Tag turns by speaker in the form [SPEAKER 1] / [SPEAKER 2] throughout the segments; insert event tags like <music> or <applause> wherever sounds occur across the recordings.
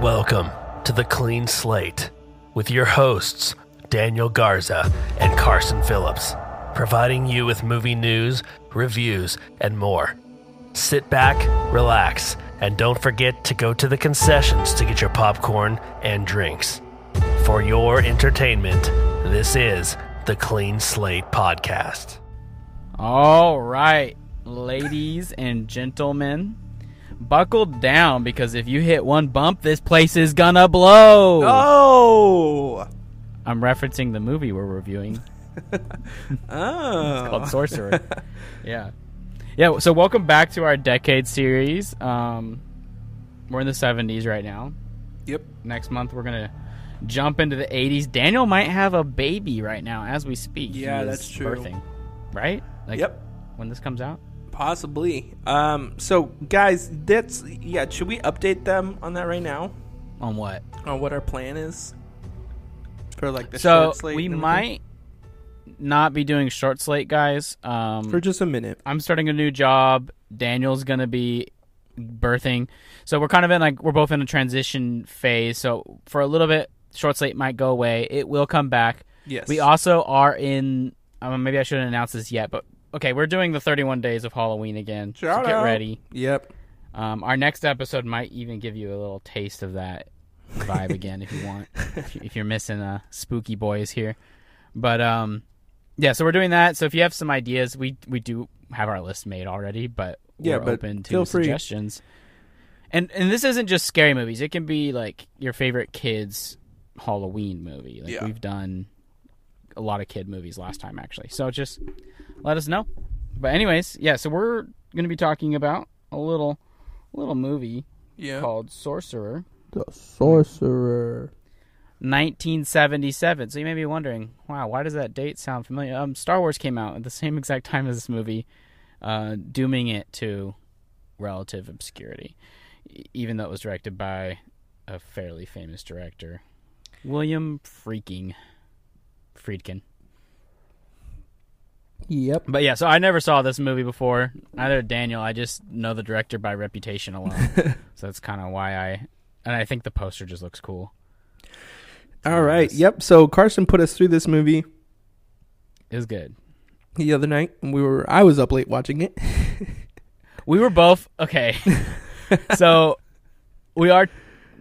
[SPEAKER 1] Welcome to The Clean Slate with your hosts, Daniel Garza and Carson Phillips, providing you with movie news, reviews, and more. Sit back, relax, and don't forget to go to the concessions to get your popcorn and drinks. For your entertainment, this is The Clean Slate Podcast.
[SPEAKER 2] All right, ladies and gentlemen, buckle down because if you hit one bump, this place is gonna blow.
[SPEAKER 3] Oh.
[SPEAKER 2] I'm referencing the movie we're reviewing
[SPEAKER 3] Oh.
[SPEAKER 2] called
[SPEAKER 3] <laughs>
[SPEAKER 2] Sorcerer. yeah, yeah. So welcome back to our decade series. Um, we're in the 70s right now.
[SPEAKER 3] Yep.
[SPEAKER 2] Next month we're gonna jump into the 80s. Daniel might have a baby right now as we speak. He
[SPEAKER 3] Yeah,
[SPEAKER 2] is
[SPEAKER 3] that's true.
[SPEAKER 2] Birthing, right? Like,
[SPEAKER 3] Yep.
[SPEAKER 2] When this comes out.
[SPEAKER 3] Possibly. Um so guys, that's yeah, should we update them on that right now?
[SPEAKER 2] On what?
[SPEAKER 3] On what our plan is? For like the
[SPEAKER 2] so
[SPEAKER 3] short slate
[SPEAKER 2] we
[SPEAKER 3] and everything?
[SPEAKER 2] might not be doing short slate guys um
[SPEAKER 3] for just a minute.
[SPEAKER 2] i'm starting a new job daniel's gonna be birthing so we're kind of in like we're both in a transition phase so for a little bit short slate might go away it will come back
[SPEAKER 3] Yes.
[SPEAKER 2] we also are in um, maybe i shouldn't announce this yet but okay we're doing the 31 days of halloween again so
[SPEAKER 3] Shout
[SPEAKER 2] get
[SPEAKER 3] out.
[SPEAKER 2] ready
[SPEAKER 3] Yep.
[SPEAKER 2] um, our next episode might even give you a little taste of that vibe again if you
[SPEAKER 3] <laughs>
[SPEAKER 2] want. If you- if you're missing uh, spooky boys here, but um, yeah, so we're doing that. So if you have some ideas, we we do have our list made already, but
[SPEAKER 3] Yeah,
[SPEAKER 2] we're
[SPEAKER 3] but
[SPEAKER 2] open to
[SPEAKER 3] feel free.
[SPEAKER 2] suggestions. And and this isn't just scary movies; it can be like your favorite kids Halloween movie. Like
[SPEAKER 3] Yeah.
[SPEAKER 2] we've done a lot of kid movies last time, actually. So just let us know. But anyways, yeah. So we're going to be talking about a little little movie
[SPEAKER 3] Yeah.
[SPEAKER 2] called Sorcerer,
[SPEAKER 3] The sorcerer.
[SPEAKER 2] 1977. So you may be wondering, wow, why does that date sound familiar? Um, Star Wars came out at the <laughs> same exact time as this movie, uh, dooming it to relative obscurity, e- even though it was directed by a fairly famous director, William Freaking Friedkin.
[SPEAKER 3] Yep.
[SPEAKER 2] But yeah, so I never saw this movie before. Neither did Daniel. I just know the director by reputation
[SPEAKER 3] <laughs>
[SPEAKER 2] alone. so that's kind of why I. And I think the poster just looks cool.
[SPEAKER 3] All right.
[SPEAKER 2] Yes.
[SPEAKER 3] Yep. So Carson put us through this movie
[SPEAKER 2] It was good.
[SPEAKER 3] the other night and we were I was up late watching it. <laughs>
[SPEAKER 2] We were both okay. so we are.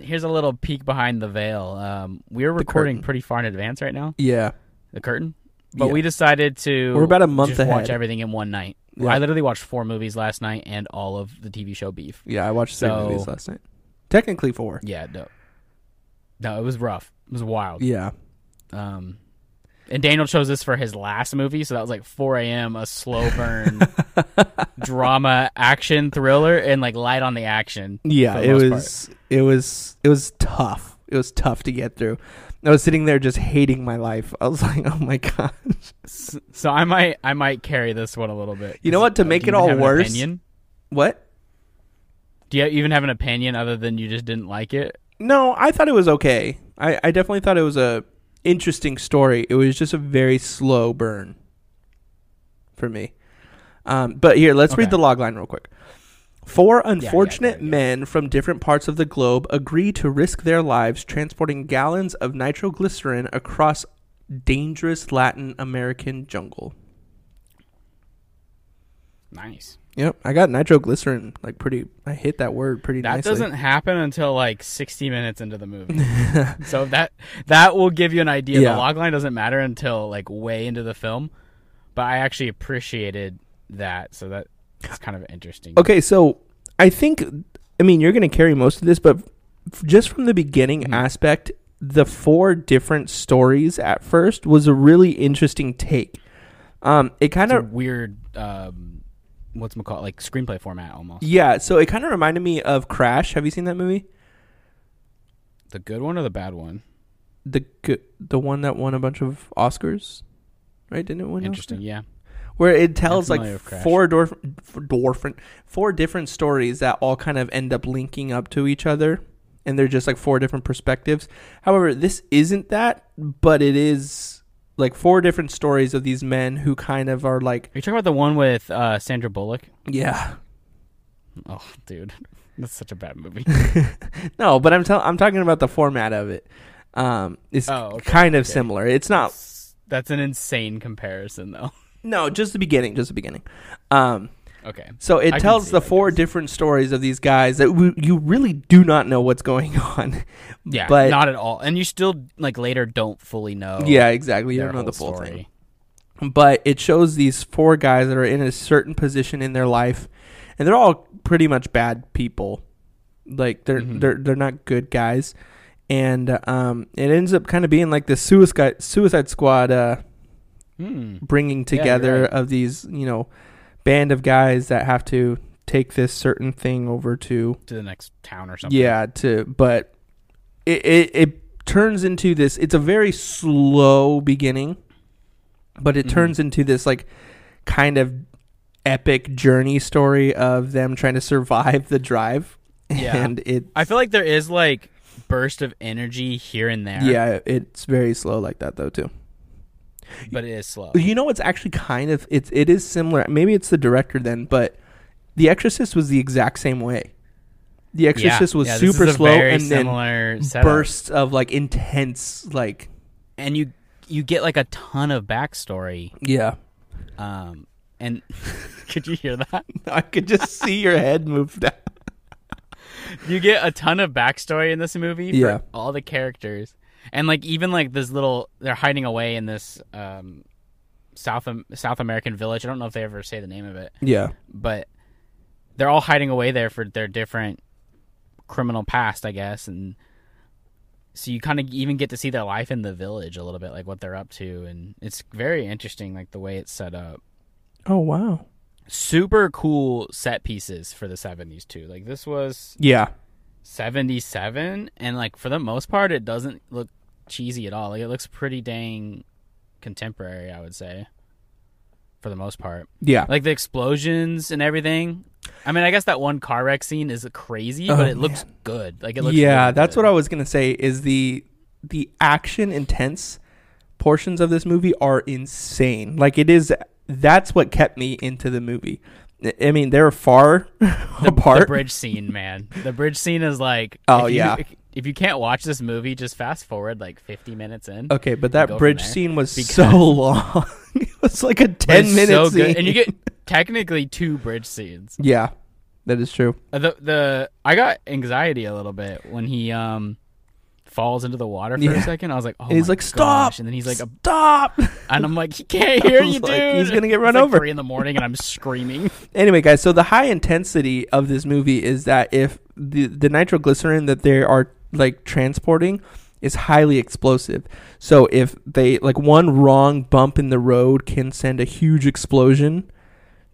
[SPEAKER 2] Here's a little peek behind the veil. Um, we are recording
[SPEAKER 3] curtain.
[SPEAKER 2] pretty far in advance right now.
[SPEAKER 3] Yeah.
[SPEAKER 2] The curtain, but
[SPEAKER 3] Yeah.
[SPEAKER 2] we decided to.
[SPEAKER 3] We're about a month
[SPEAKER 2] just Watch
[SPEAKER 3] ahead.
[SPEAKER 2] everything in one night.
[SPEAKER 3] Yeah.
[SPEAKER 2] I literally watched four movies last night and all of the TV show Beef.
[SPEAKER 3] Yeah, I watched three
[SPEAKER 2] So-
[SPEAKER 3] movies last night. Technically four.
[SPEAKER 2] Yeah, no, no, it was rough. It was wild.
[SPEAKER 3] Yeah.
[SPEAKER 2] Um, and Daniel chose this for his last movie, so that was like 4 a.m. a slow
[SPEAKER 3] <laughs>
[SPEAKER 2] burn drama action thriller and like light on the action.
[SPEAKER 3] Yeah,
[SPEAKER 2] for the
[SPEAKER 3] it
[SPEAKER 2] most
[SPEAKER 3] was it was it was tough. It was tough to get through. I was sitting there just hating my life. I was like, <laughs> "Oh my god."
[SPEAKER 2] S- So I might I might carry this one a little bit. uh,
[SPEAKER 3] You know what, to
[SPEAKER 2] do
[SPEAKER 3] make
[SPEAKER 2] you
[SPEAKER 3] it
[SPEAKER 2] even
[SPEAKER 3] all
[SPEAKER 2] have an
[SPEAKER 3] worse-
[SPEAKER 2] opinion?
[SPEAKER 3] What?
[SPEAKER 2] Do you even have an opinion other than you just didn't like it?
[SPEAKER 3] No, I thought it was okay. I I definitely thought it was a interesting story. It was just a very slow burn for me. Um, but here, let's
[SPEAKER 2] Okay.
[SPEAKER 3] read the log line real quick. Four
[SPEAKER 2] yeah,
[SPEAKER 3] unfortunate
[SPEAKER 2] there you go.
[SPEAKER 3] men from different parts of the globe agree to risk their lives transporting gallons of nitroglycerin across dangerous Latin American jungle.
[SPEAKER 2] Nice.
[SPEAKER 3] Yep, I got nitroglycerin like pretty. I hit that word pretty
[SPEAKER 2] That
[SPEAKER 3] nicely.
[SPEAKER 2] doesn't happen until like 60 minutes into the
[SPEAKER 3] <laughs>
[SPEAKER 2] movie. so that that will give you an idea.
[SPEAKER 3] Yeah.
[SPEAKER 2] The log line doesn't matter until like way into the film, but I actually appreciated that. So that it's kind of interesting.
[SPEAKER 3] Okay, so I think I mean you're going to carry most of this, but f- just from the beginning aspect, the four different stories at first was a really interesting take. Um, it kind
[SPEAKER 2] It's a
[SPEAKER 3] of
[SPEAKER 2] weird um what's it called like screenplay format almost.
[SPEAKER 3] yeah, so it kind of reminded me of Crash. Have you seen that movie?
[SPEAKER 2] The good one or the bad one?
[SPEAKER 3] The g- the one that won a bunch of Oscars, right? Didn't it win? an
[SPEAKER 2] Interesting, yeah.
[SPEAKER 3] where it tells
[SPEAKER 2] I'm
[SPEAKER 3] like
[SPEAKER 2] familiar with Crash.
[SPEAKER 3] four dwarf, dwarf, four different stories that all kind of end up linking up to each other, and they're just like four different perspectives. However, this isn't that, but it is like four different stories of these men who kind of are like,
[SPEAKER 2] Are you talking about the one with uh Sandra Bullock?
[SPEAKER 3] yeah,
[SPEAKER 2] Oh, dude. <laughs> That's such a bad
[SPEAKER 3] <laughs>
[SPEAKER 2] movie.
[SPEAKER 3] No, but I'm tell- I'm talking about the format of it. Um, it's
[SPEAKER 2] Oh, okay,
[SPEAKER 3] kind of
[SPEAKER 2] okay.
[SPEAKER 3] similar. It's not
[SPEAKER 2] That's an insane comparison, though. <laughs>
[SPEAKER 3] no, just the beginning, just the beginning. Um,
[SPEAKER 2] Okay.
[SPEAKER 3] so it
[SPEAKER 2] I can
[SPEAKER 3] tells
[SPEAKER 2] see
[SPEAKER 3] the
[SPEAKER 2] it, I
[SPEAKER 3] four
[SPEAKER 2] guess.
[SPEAKER 3] different stories of these guys that w- you really do not know what's going <laughs> on.
[SPEAKER 2] Yeah,
[SPEAKER 3] but
[SPEAKER 2] not at all. And you still like later don't fully know.
[SPEAKER 3] yeah, exactly. You
[SPEAKER 2] their
[SPEAKER 3] don't know
[SPEAKER 2] whole
[SPEAKER 3] the full
[SPEAKER 2] story.
[SPEAKER 3] thing. but it shows these four guys that are in a certain position in their life and they're all pretty much bad people like they're
[SPEAKER 2] Mhm.
[SPEAKER 3] they're they're not good guys and um it ends up kind of being like the suicide suicide squad uh
[SPEAKER 2] Hmm.
[SPEAKER 3] bringing
[SPEAKER 2] you're
[SPEAKER 3] together
[SPEAKER 2] right.
[SPEAKER 3] of these you know band of guys that have to take this certain thing over to
[SPEAKER 2] To the next town or something.
[SPEAKER 3] yeah, to but it, it it turns into this. It's a very slow beginning, but it
[SPEAKER 2] Mhm.
[SPEAKER 3] turns into this like kind of epic journey story of them trying to survive the drive.
[SPEAKER 2] Yeah.
[SPEAKER 3] <laughs> and it
[SPEAKER 2] I feel like there is like burst of energy here and there.
[SPEAKER 3] yeah, it's very slow like that though too.
[SPEAKER 2] but it is slow.
[SPEAKER 3] You know, it's actually kind of it's it is similar. Maybe it's the director then, but The Exorcist was the exact same way. The Exorcist
[SPEAKER 2] Yeah,
[SPEAKER 3] was
[SPEAKER 2] yeah, this
[SPEAKER 3] super
[SPEAKER 2] is a
[SPEAKER 3] slow
[SPEAKER 2] very
[SPEAKER 3] and then
[SPEAKER 2] similar setup.
[SPEAKER 3] bursts of like intense like
[SPEAKER 2] and you you get like a ton of backstory.
[SPEAKER 3] yeah
[SPEAKER 2] Um, and <laughs> could you hear that?
[SPEAKER 3] I could just see your head move down.
[SPEAKER 2] You get a ton of backstory in this movie for
[SPEAKER 3] Yeah.
[SPEAKER 2] all the characters, and like even like this little they're hiding away in this um South Am- South American village. I don't know if they ever say the name of it,
[SPEAKER 3] Yeah.
[SPEAKER 2] but they're all hiding away there for their different criminal past, I guess, and so you kind of even get to see their life in the village a little bit, like what they're up to, and it's very interesting, like the way it's set up.
[SPEAKER 3] Oh wow.
[SPEAKER 2] Super cool set pieces for the '70s too. Like this was
[SPEAKER 3] Yeah.
[SPEAKER 2] '77, and like for the most part, it doesn't look cheesy at all. Like it looks pretty dang contemporary, I would say, for the most part
[SPEAKER 3] Yeah.
[SPEAKER 2] like the explosions and everything. I mean, I guess that one car wreck scene is crazy,
[SPEAKER 3] Oh,
[SPEAKER 2] but it looks good. Like it looks
[SPEAKER 3] yeah,
[SPEAKER 2] really
[SPEAKER 3] that's
[SPEAKER 2] good.
[SPEAKER 3] what I was gonna say. Is the the action intense portions of this movie are insane. Like it is. That's what kept me into the movie. I- I mean, they're far <laughs>
[SPEAKER 2] the
[SPEAKER 3] apart.
[SPEAKER 2] bridge scene, man. The bridge scene is like
[SPEAKER 3] Oh,
[SPEAKER 2] if you-
[SPEAKER 3] yeah.
[SPEAKER 2] If you can't watch this movie, just fast forward like 50 minutes in.
[SPEAKER 3] okay, but
[SPEAKER 2] Go
[SPEAKER 3] that
[SPEAKER 2] from
[SPEAKER 3] bridge
[SPEAKER 2] there.
[SPEAKER 3] scene was
[SPEAKER 2] Because-
[SPEAKER 3] so <laughs> long. it was like a
[SPEAKER 2] But
[SPEAKER 3] ten
[SPEAKER 2] it's
[SPEAKER 3] minute
[SPEAKER 2] so
[SPEAKER 3] scene.
[SPEAKER 2] good. and you
[SPEAKER 3] <laughs>
[SPEAKER 2] get technically two bridge scenes.
[SPEAKER 3] yeah, that is true.
[SPEAKER 2] Uh, The the I got anxiety a little bit when he um falls into the water for a
[SPEAKER 3] Yeah.
[SPEAKER 2] second. I was like, oh,
[SPEAKER 3] And he's
[SPEAKER 2] my
[SPEAKER 3] like, stop,
[SPEAKER 2] gosh. and then he's like, a,
[SPEAKER 3] stop. <laughs>
[SPEAKER 2] and I'm like, he can't hear
[SPEAKER 3] was
[SPEAKER 2] you,
[SPEAKER 3] like,
[SPEAKER 2] dude.
[SPEAKER 3] he's gonna get run
[SPEAKER 2] It's like
[SPEAKER 3] over.
[SPEAKER 2] Three in the morning, and I'm
[SPEAKER 3] <laughs>
[SPEAKER 2] screaming.
[SPEAKER 3] anyway, guys, so the high intensity of this movie is that if the the nitroglycerin that they are like transporting is highly explosive. So if they like one wrong bump in the road can send a huge explosion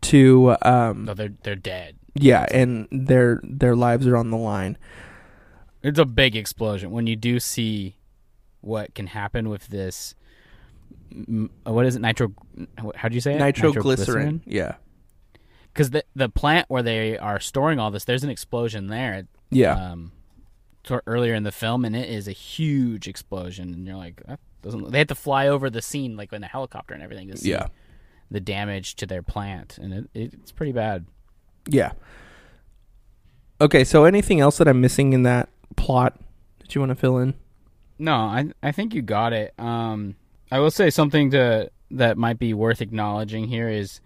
[SPEAKER 3] to um
[SPEAKER 2] No, they're they're dead.
[SPEAKER 3] yeah, and their their lives are on the line.
[SPEAKER 2] It's a big explosion when you do see what can happen with this. m- uh, What is it? Nitro? How do you say it?
[SPEAKER 3] Nitroglycerin. Yeah.
[SPEAKER 2] Because the the plant where they are storing all this, there's an explosion there.
[SPEAKER 3] Yeah.
[SPEAKER 2] Um, sort of earlier in the film, and it is a huge explosion, and you're like, that doesn't. look-" They had to fly over the scene like in a helicopter and everything to see
[SPEAKER 3] yeah.
[SPEAKER 2] the damage to their plant, and it, it's pretty bad.
[SPEAKER 3] Yeah. Okay, so anything else that I'm missing in that plot that you want to fill in?
[SPEAKER 2] No, I I think you got it. Um, I will say something to that might be worth acknowledging here is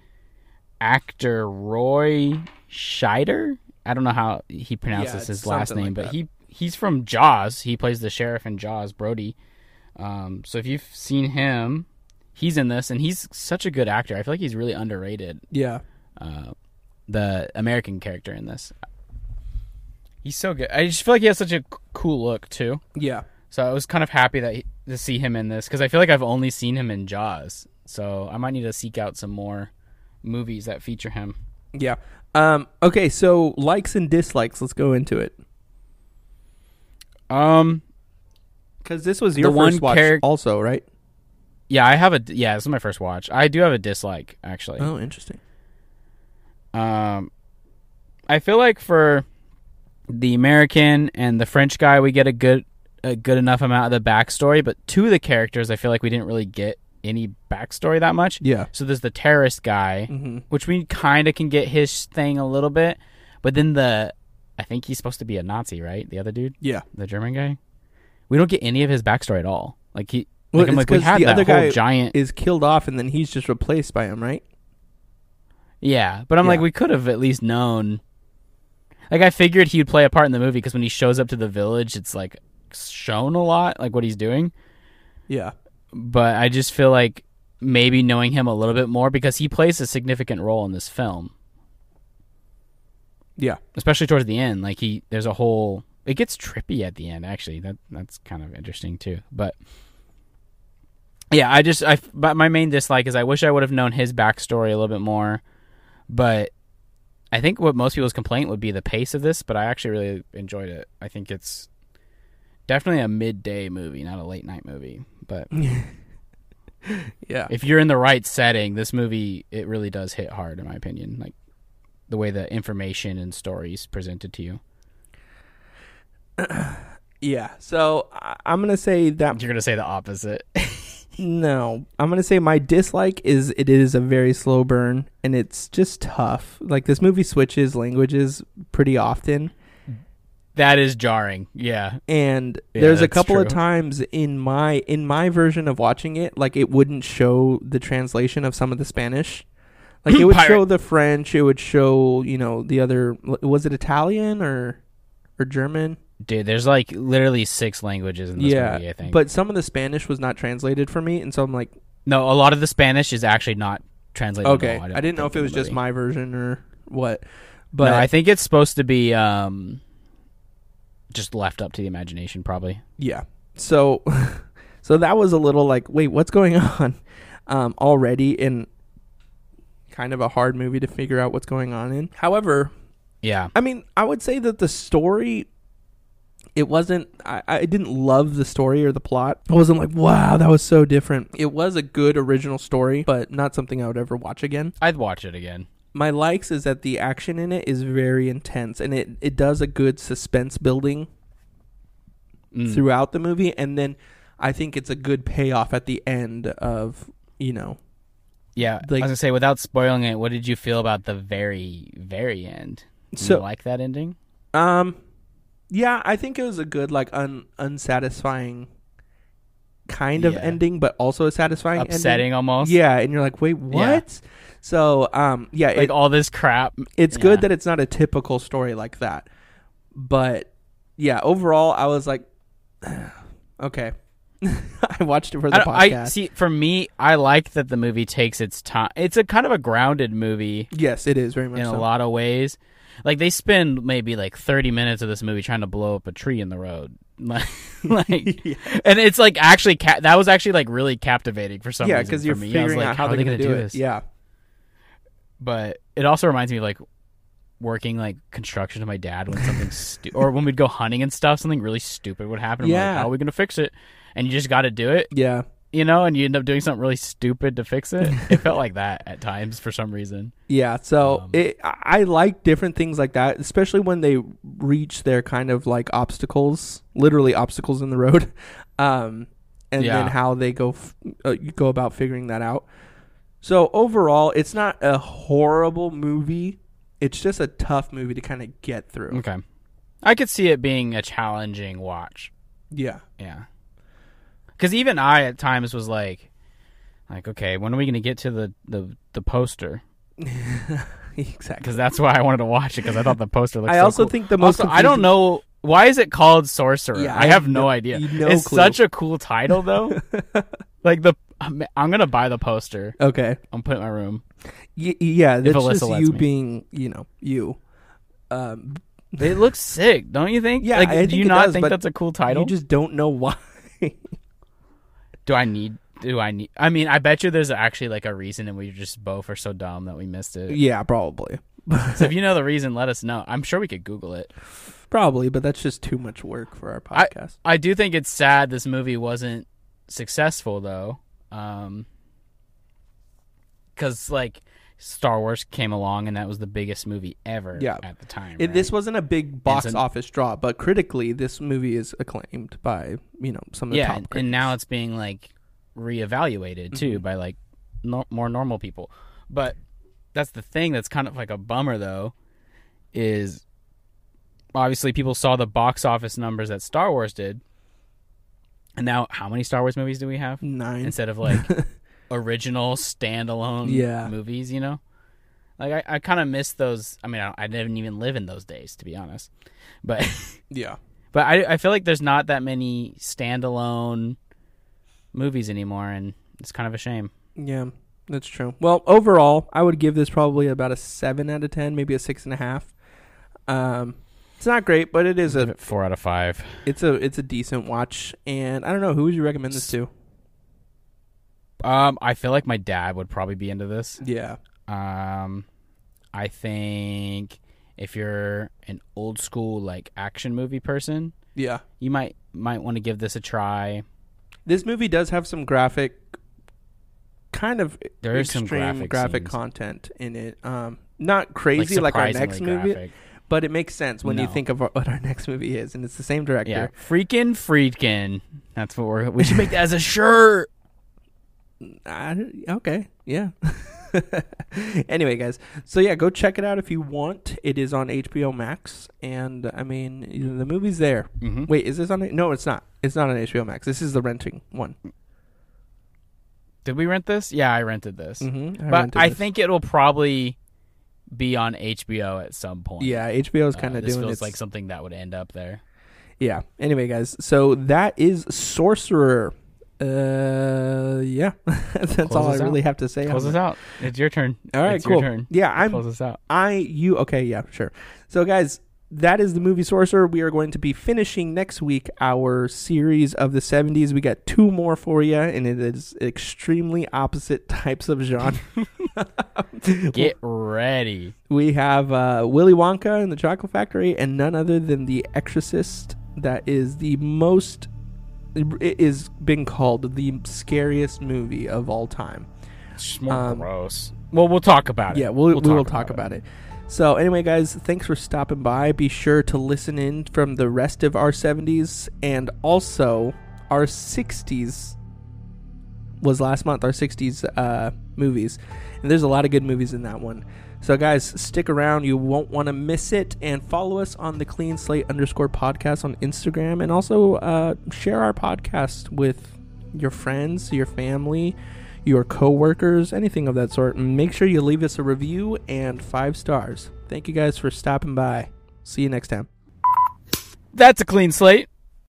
[SPEAKER 2] actor Roy Scheider. I don't know how he pronounces
[SPEAKER 3] Yeah,
[SPEAKER 2] his
[SPEAKER 3] it's
[SPEAKER 2] last
[SPEAKER 3] something
[SPEAKER 2] name,
[SPEAKER 3] like
[SPEAKER 2] but
[SPEAKER 3] that.
[SPEAKER 2] he he's from Jaws. He plays the sheriff in Jaws, Brody. Um, so if you've seen him, he's in this, and he's such a good actor. I feel like he's really underrated.
[SPEAKER 3] Yeah.
[SPEAKER 2] Uh, the American character in this, he's so good. I just feel like he has such a c- cool look too.
[SPEAKER 3] Yeah.
[SPEAKER 2] So I was kind of happy that he, to see him in this because I feel like I've only seen him in Jaws. So I might need to seek out some more movies that feature him.
[SPEAKER 3] Yeah. Um, okay, so likes and dislikes. Let's go into it.
[SPEAKER 2] Um,
[SPEAKER 3] Because this was
[SPEAKER 2] The
[SPEAKER 3] your
[SPEAKER 2] one
[SPEAKER 3] first watch,
[SPEAKER 2] charac-
[SPEAKER 3] also, right?
[SPEAKER 2] yeah, I have a yeah. This is my first watch. I do have a dislike actually.
[SPEAKER 3] Oh, interesting.
[SPEAKER 2] Um, I feel like for the American and the French guy, we get a good a good enough amount of the backstory, but two of the characters, I feel like we didn't really get any backstory that much.
[SPEAKER 3] Yeah.
[SPEAKER 2] So there's the terrorist guy,
[SPEAKER 3] Mm-hmm.
[SPEAKER 2] which we kind of can get his thing a little bit, but then the I think he's supposed to be a Nazi, right? The other dude,
[SPEAKER 3] Yeah.
[SPEAKER 2] the German guy. We don't get any of his backstory at all. Like he,
[SPEAKER 3] Well,
[SPEAKER 2] like I'm
[SPEAKER 3] it's
[SPEAKER 2] like we
[SPEAKER 3] 'cause
[SPEAKER 2] had
[SPEAKER 3] the
[SPEAKER 2] that
[SPEAKER 3] other
[SPEAKER 2] whole
[SPEAKER 3] guy
[SPEAKER 2] giant,
[SPEAKER 3] Is killed off and then he's just replaced by him, right?
[SPEAKER 2] yeah. But I'm like
[SPEAKER 3] Yeah.
[SPEAKER 2] we could have at least known. Like I figured he would play a part in the movie because when he shows up to the village, it's like shown a lot, like what he's doing.
[SPEAKER 3] Yeah.
[SPEAKER 2] But I just feel like maybe knowing him a little bit more because he plays a significant role in this film.
[SPEAKER 3] Yeah.
[SPEAKER 2] especially towards the end like he there's a whole it gets trippy at the end actually that that's kind of interesting too but yeah i just i but my main dislike is i wish i would have known his backstory a little bit more but i think what most people's complaint would be the pace of this but i actually really enjoyed it i think it's definitely a midday movie not a late night movie but
[SPEAKER 3] Yeah.
[SPEAKER 2] if you're in the right setting, this movie it really does hit hard in my opinion. Like the way the information and stories presented to you.
[SPEAKER 3] Yeah. So I- I'm gonna say that
[SPEAKER 2] You're gonna say the opposite. <laughs>
[SPEAKER 3] no. I'm gonna say my dislike is it is a very slow burn and it's just tough. Like this movie switches languages pretty often,
[SPEAKER 2] that is jarring. Yeah.
[SPEAKER 3] and
[SPEAKER 2] Yeah,
[SPEAKER 3] there's a
[SPEAKER 2] that's
[SPEAKER 3] couple of
[SPEAKER 2] true.
[SPEAKER 3] times in my in my version of watching it, like it wouldn't show the translation of some of the Spanish. Like it would
[SPEAKER 2] <clears throat> Pirate.
[SPEAKER 3] show the French, it would show you know the other was it Italian or or German?
[SPEAKER 2] Dude, there's like literally six languages in this movie, I think.
[SPEAKER 3] but some of the Spanish was not translated for me, and so I'm like.
[SPEAKER 2] no, a lot of the Spanish is actually not translated. at
[SPEAKER 3] Okay,
[SPEAKER 2] all,
[SPEAKER 3] I,
[SPEAKER 2] don't
[SPEAKER 3] didn't know
[SPEAKER 2] think,
[SPEAKER 3] if it
[SPEAKER 2] in
[SPEAKER 3] was
[SPEAKER 2] the
[SPEAKER 3] just
[SPEAKER 2] movie.
[SPEAKER 3] my version or what, but
[SPEAKER 2] No, I think it's supposed to be um just left up to the imagination probably.
[SPEAKER 3] yeah. So, <laughs> so that was a little like, wait, what's going <laughs> on? Um, already in kind of a hard movie to figure out what's going on in. However,
[SPEAKER 2] Yeah.
[SPEAKER 3] I mean, I would say that the story. It wasn't. I, I didn't love the story or the plot. I wasn't like, wow, that was so different. It was a good original story, but not something I would ever watch again.
[SPEAKER 2] I'd watch it again.
[SPEAKER 3] my likes is that the action in it is very intense and it, it does a good suspense building
[SPEAKER 2] Mm.
[SPEAKER 3] throughout the movie and then i think it's a good payoff at the end of you know
[SPEAKER 2] Yeah, I was
[SPEAKER 3] Like-
[SPEAKER 2] gonna say without spoiling it, what did you feel about the very, very end? Did
[SPEAKER 3] So-
[SPEAKER 2] you like that ending?
[SPEAKER 3] um yeah i think it was a good like un unsatisfying kind of
[SPEAKER 2] Yeah.
[SPEAKER 3] ending but also a satisfying ending.
[SPEAKER 2] Upsetting almost.
[SPEAKER 3] yeah and you're like wait what so um yeah
[SPEAKER 2] like
[SPEAKER 3] it,
[SPEAKER 2] all this crap.
[SPEAKER 3] it's
[SPEAKER 2] Yeah.
[SPEAKER 3] good that it's not a typical story like that but yeah overall i was like <sighs> okay <laughs> i watched it for the
[SPEAKER 2] I, don't- I-
[SPEAKER 3] podcast
[SPEAKER 2] see. For me, I like that the movie takes its time. It's a kind of a grounded movie
[SPEAKER 3] yes it is very much
[SPEAKER 2] in a
[SPEAKER 3] so.
[SPEAKER 2] lot of ways. Like they spend maybe like thirty minutes of this movie trying to blow up a tree in the road. <laughs> Like, like-
[SPEAKER 3] <laughs> Yeah.
[SPEAKER 2] and it's like actually ca- that was actually like really captivating for some
[SPEAKER 3] yeah
[SPEAKER 2] reason.
[SPEAKER 3] because
[SPEAKER 2] for
[SPEAKER 3] you're
[SPEAKER 2] me. I was
[SPEAKER 3] figuring
[SPEAKER 2] like,
[SPEAKER 3] out how,
[SPEAKER 2] are
[SPEAKER 3] they're
[SPEAKER 2] they
[SPEAKER 3] gonna,
[SPEAKER 2] gonna
[SPEAKER 3] do, it
[SPEAKER 2] this?
[SPEAKER 3] yeah
[SPEAKER 2] but it also reminds me of, like working like construction with my dad when something stu- or when we'd go hunting and stuff something really stupid would happen I'm like,
[SPEAKER 3] Yeah.
[SPEAKER 2] how are we gonna fix it and you just got to do it
[SPEAKER 3] yeah
[SPEAKER 2] you know and you end up doing something really stupid to fix it it
[SPEAKER 3] <laughs>
[SPEAKER 2] felt like that at times for some reason
[SPEAKER 3] yeah so
[SPEAKER 2] Um,
[SPEAKER 3] it i I like different things like that especially when they reach their kind of like obstacles literally obstacles in the road <laughs> um and
[SPEAKER 2] Yeah.
[SPEAKER 3] then how they go f- uh, you go about figuring that out so overall it's not a horrible movie it's just a tough movie to kind of get through
[SPEAKER 2] okay i could see it being a challenging watch
[SPEAKER 3] yeah <laughs>
[SPEAKER 2] yeah because even i at times was like like okay when are we gonna get to the the, the poster
[SPEAKER 3] exactly
[SPEAKER 2] because that's why i wanted to watch it because i thought the poster looked
[SPEAKER 3] i
[SPEAKER 2] so
[SPEAKER 3] also
[SPEAKER 2] cool.
[SPEAKER 3] think the most
[SPEAKER 2] also, I don't
[SPEAKER 3] confusing-
[SPEAKER 2] know why is it called sorcerer.
[SPEAKER 3] Yeah,
[SPEAKER 2] I have no, idea.
[SPEAKER 3] no
[SPEAKER 2] it's
[SPEAKER 3] clue.
[SPEAKER 2] such a cool title
[SPEAKER 3] <laughs>
[SPEAKER 2] though. like the I'm I'm gonna buy the poster.
[SPEAKER 3] okay
[SPEAKER 2] I'm putting it in my room.
[SPEAKER 3] y- yeah that's
[SPEAKER 2] Alyssa
[SPEAKER 3] just
[SPEAKER 2] lets
[SPEAKER 3] you
[SPEAKER 2] me.
[SPEAKER 3] being you know you um
[SPEAKER 2] It looks sick, don't you think?
[SPEAKER 3] Yeah,
[SPEAKER 2] Like,
[SPEAKER 3] I
[SPEAKER 2] do
[SPEAKER 3] think
[SPEAKER 2] you
[SPEAKER 3] it
[SPEAKER 2] not
[SPEAKER 3] does,
[SPEAKER 2] think
[SPEAKER 3] but
[SPEAKER 2] that's a cool title?
[SPEAKER 3] you just don't know why <laughs>
[SPEAKER 2] do I need? Do I need? I mean, I bet you there's actually like a reason, and we just both are so dumb that we missed it.
[SPEAKER 3] yeah probably
[SPEAKER 2] so if you know the reason, let us know. I'm sure we could Google it.
[SPEAKER 3] Probably, but that's just too much work for our
[SPEAKER 2] I-
[SPEAKER 3] podcast.
[SPEAKER 2] I do think it's sad this movie wasn't successful though, um, because like Star Wars came along and that was the biggest movie ever.
[SPEAKER 3] Yeah.
[SPEAKER 2] at the time.
[SPEAKER 3] It-
[SPEAKER 2] right?
[SPEAKER 3] This wasn't a big box
[SPEAKER 2] an-
[SPEAKER 3] office draw, but critically, this movie is acclaimed by you know some of the
[SPEAKER 2] yeah,
[SPEAKER 3] top.
[SPEAKER 2] and,
[SPEAKER 3] critics.
[SPEAKER 2] and now it's being like reevaluated too
[SPEAKER 3] Mm-hmm.
[SPEAKER 2] by like nor more normal people. But that's the thing that's kind of like a bummer though, is obviously people saw the box office numbers that Star Wars did. And now, how many Star Wars movies do we have
[SPEAKER 3] Nine.
[SPEAKER 2] instead of
[SPEAKER 3] <laughs>
[SPEAKER 2] like original standalone
[SPEAKER 3] Yeah.
[SPEAKER 2] movies? You know, like I, I kind of miss those. I mean, I, I didn't even live in those days to be honest, but
[SPEAKER 3] Yeah.
[SPEAKER 2] but I I feel like there's not that many standalone movies anymore, and it's kind of a shame.
[SPEAKER 3] Yeah. That's true. Well, overall, I would give this probably about a seven out of ten, maybe a six and a half. Um, it's not great, but it is a
[SPEAKER 2] four out of five.
[SPEAKER 3] it's a it's a decent watch. And I don't know who would you recommend this to.
[SPEAKER 2] Um, I feel like my dad would probably be into this.
[SPEAKER 3] Yeah.
[SPEAKER 2] Um, I think if you're an old school like action movie person,
[SPEAKER 3] Yeah.
[SPEAKER 2] you might might want to give this a try.
[SPEAKER 3] This movie does have some graphic, kind of
[SPEAKER 2] There is some
[SPEAKER 3] extreme
[SPEAKER 2] graphic scenes.
[SPEAKER 3] content in it. Um, not crazy like, our next
[SPEAKER 2] surprisingly
[SPEAKER 3] movie,
[SPEAKER 2] graphic.
[SPEAKER 3] but it makes sense when you
[SPEAKER 2] No.
[SPEAKER 3] think of what our <laughs> next movie is, and it's the same director.
[SPEAKER 2] Yeah, freaking Friedkin. That's what we're. We should make that as a shirt.
[SPEAKER 3] I- okay. Yeah. <laughs> anyway, guys. So yeah, go check it out if you want. It is on HBO Max, and I mean you know, the movie's there.
[SPEAKER 2] Mhm.
[SPEAKER 3] Wait, is this on? it? No, it's not. It's not on HBO Max. This is the renting one.
[SPEAKER 2] Did we rent this? Yeah, I rented this.
[SPEAKER 3] Mm-hmm.
[SPEAKER 2] but I think it'll probably be on HBO at some point.
[SPEAKER 3] yeah, HBO is
[SPEAKER 2] Uh,
[SPEAKER 3] kind of
[SPEAKER 2] this
[SPEAKER 3] doing
[SPEAKER 2] feels
[SPEAKER 3] its
[SPEAKER 2] like something that would end up there.
[SPEAKER 3] Yeah. Anyway, guys, so that is Sorcerer. Uh, yeah, <laughs> that's all I
[SPEAKER 2] us out.
[SPEAKER 3] really have to say. on
[SPEAKER 2] Close us
[SPEAKER 3] that.
[SPEAKER 2] out. It's your turn.
[SPEAKER 3] All right,
[SPEAKER 2] it's
[SPEAKER 3] cool.
[SPEAKER 2] Your turn.
[SPEAKER 3] Yeah, I'm
[SPEAKER 2] Close us out.
[SPEAKER 3] I you okay? Yeah, sure. So, guys, that is the movie Sorcerer. We are going to be finishing next week our series of the '70s. We got two more for you, and it is extremely opposite <laughs> types of genre.
[SPEAKER 2] Get ready.
[SPEAKER 3] we have uh, Willy Wonka and the Chocolate Factory, and none other than The Exorcist. That is the most. It is been called the scariest movie of all time.
[SPEAKER 2] It's just more
[SPEAKER 3] Um,
[SPEAKER 2] gross. Well, we'll talk about it.
[SPEAKER 3] Yeah, we'll, we'll
[SPEAKER 2] talk
[SPEAKER 3] talk about it. So anyway, guys, thanks for stopping by. Be sure to listen in from the rest of our '70s and also our '60s. Was last month our '60s uh, movies, and there's a lot of good movies in that one. So guys, stick around; you won't want to miss it. And follow us on the Clean Slate underscore podcast on Instagram, and also uh, share our podcast with your friends, your family, your coworkers, anything of that sort. And make sure you leave us a review and five stars. Thank you guys for stopping by. See you next time.
[SPEAKER 2] That's a clean slate.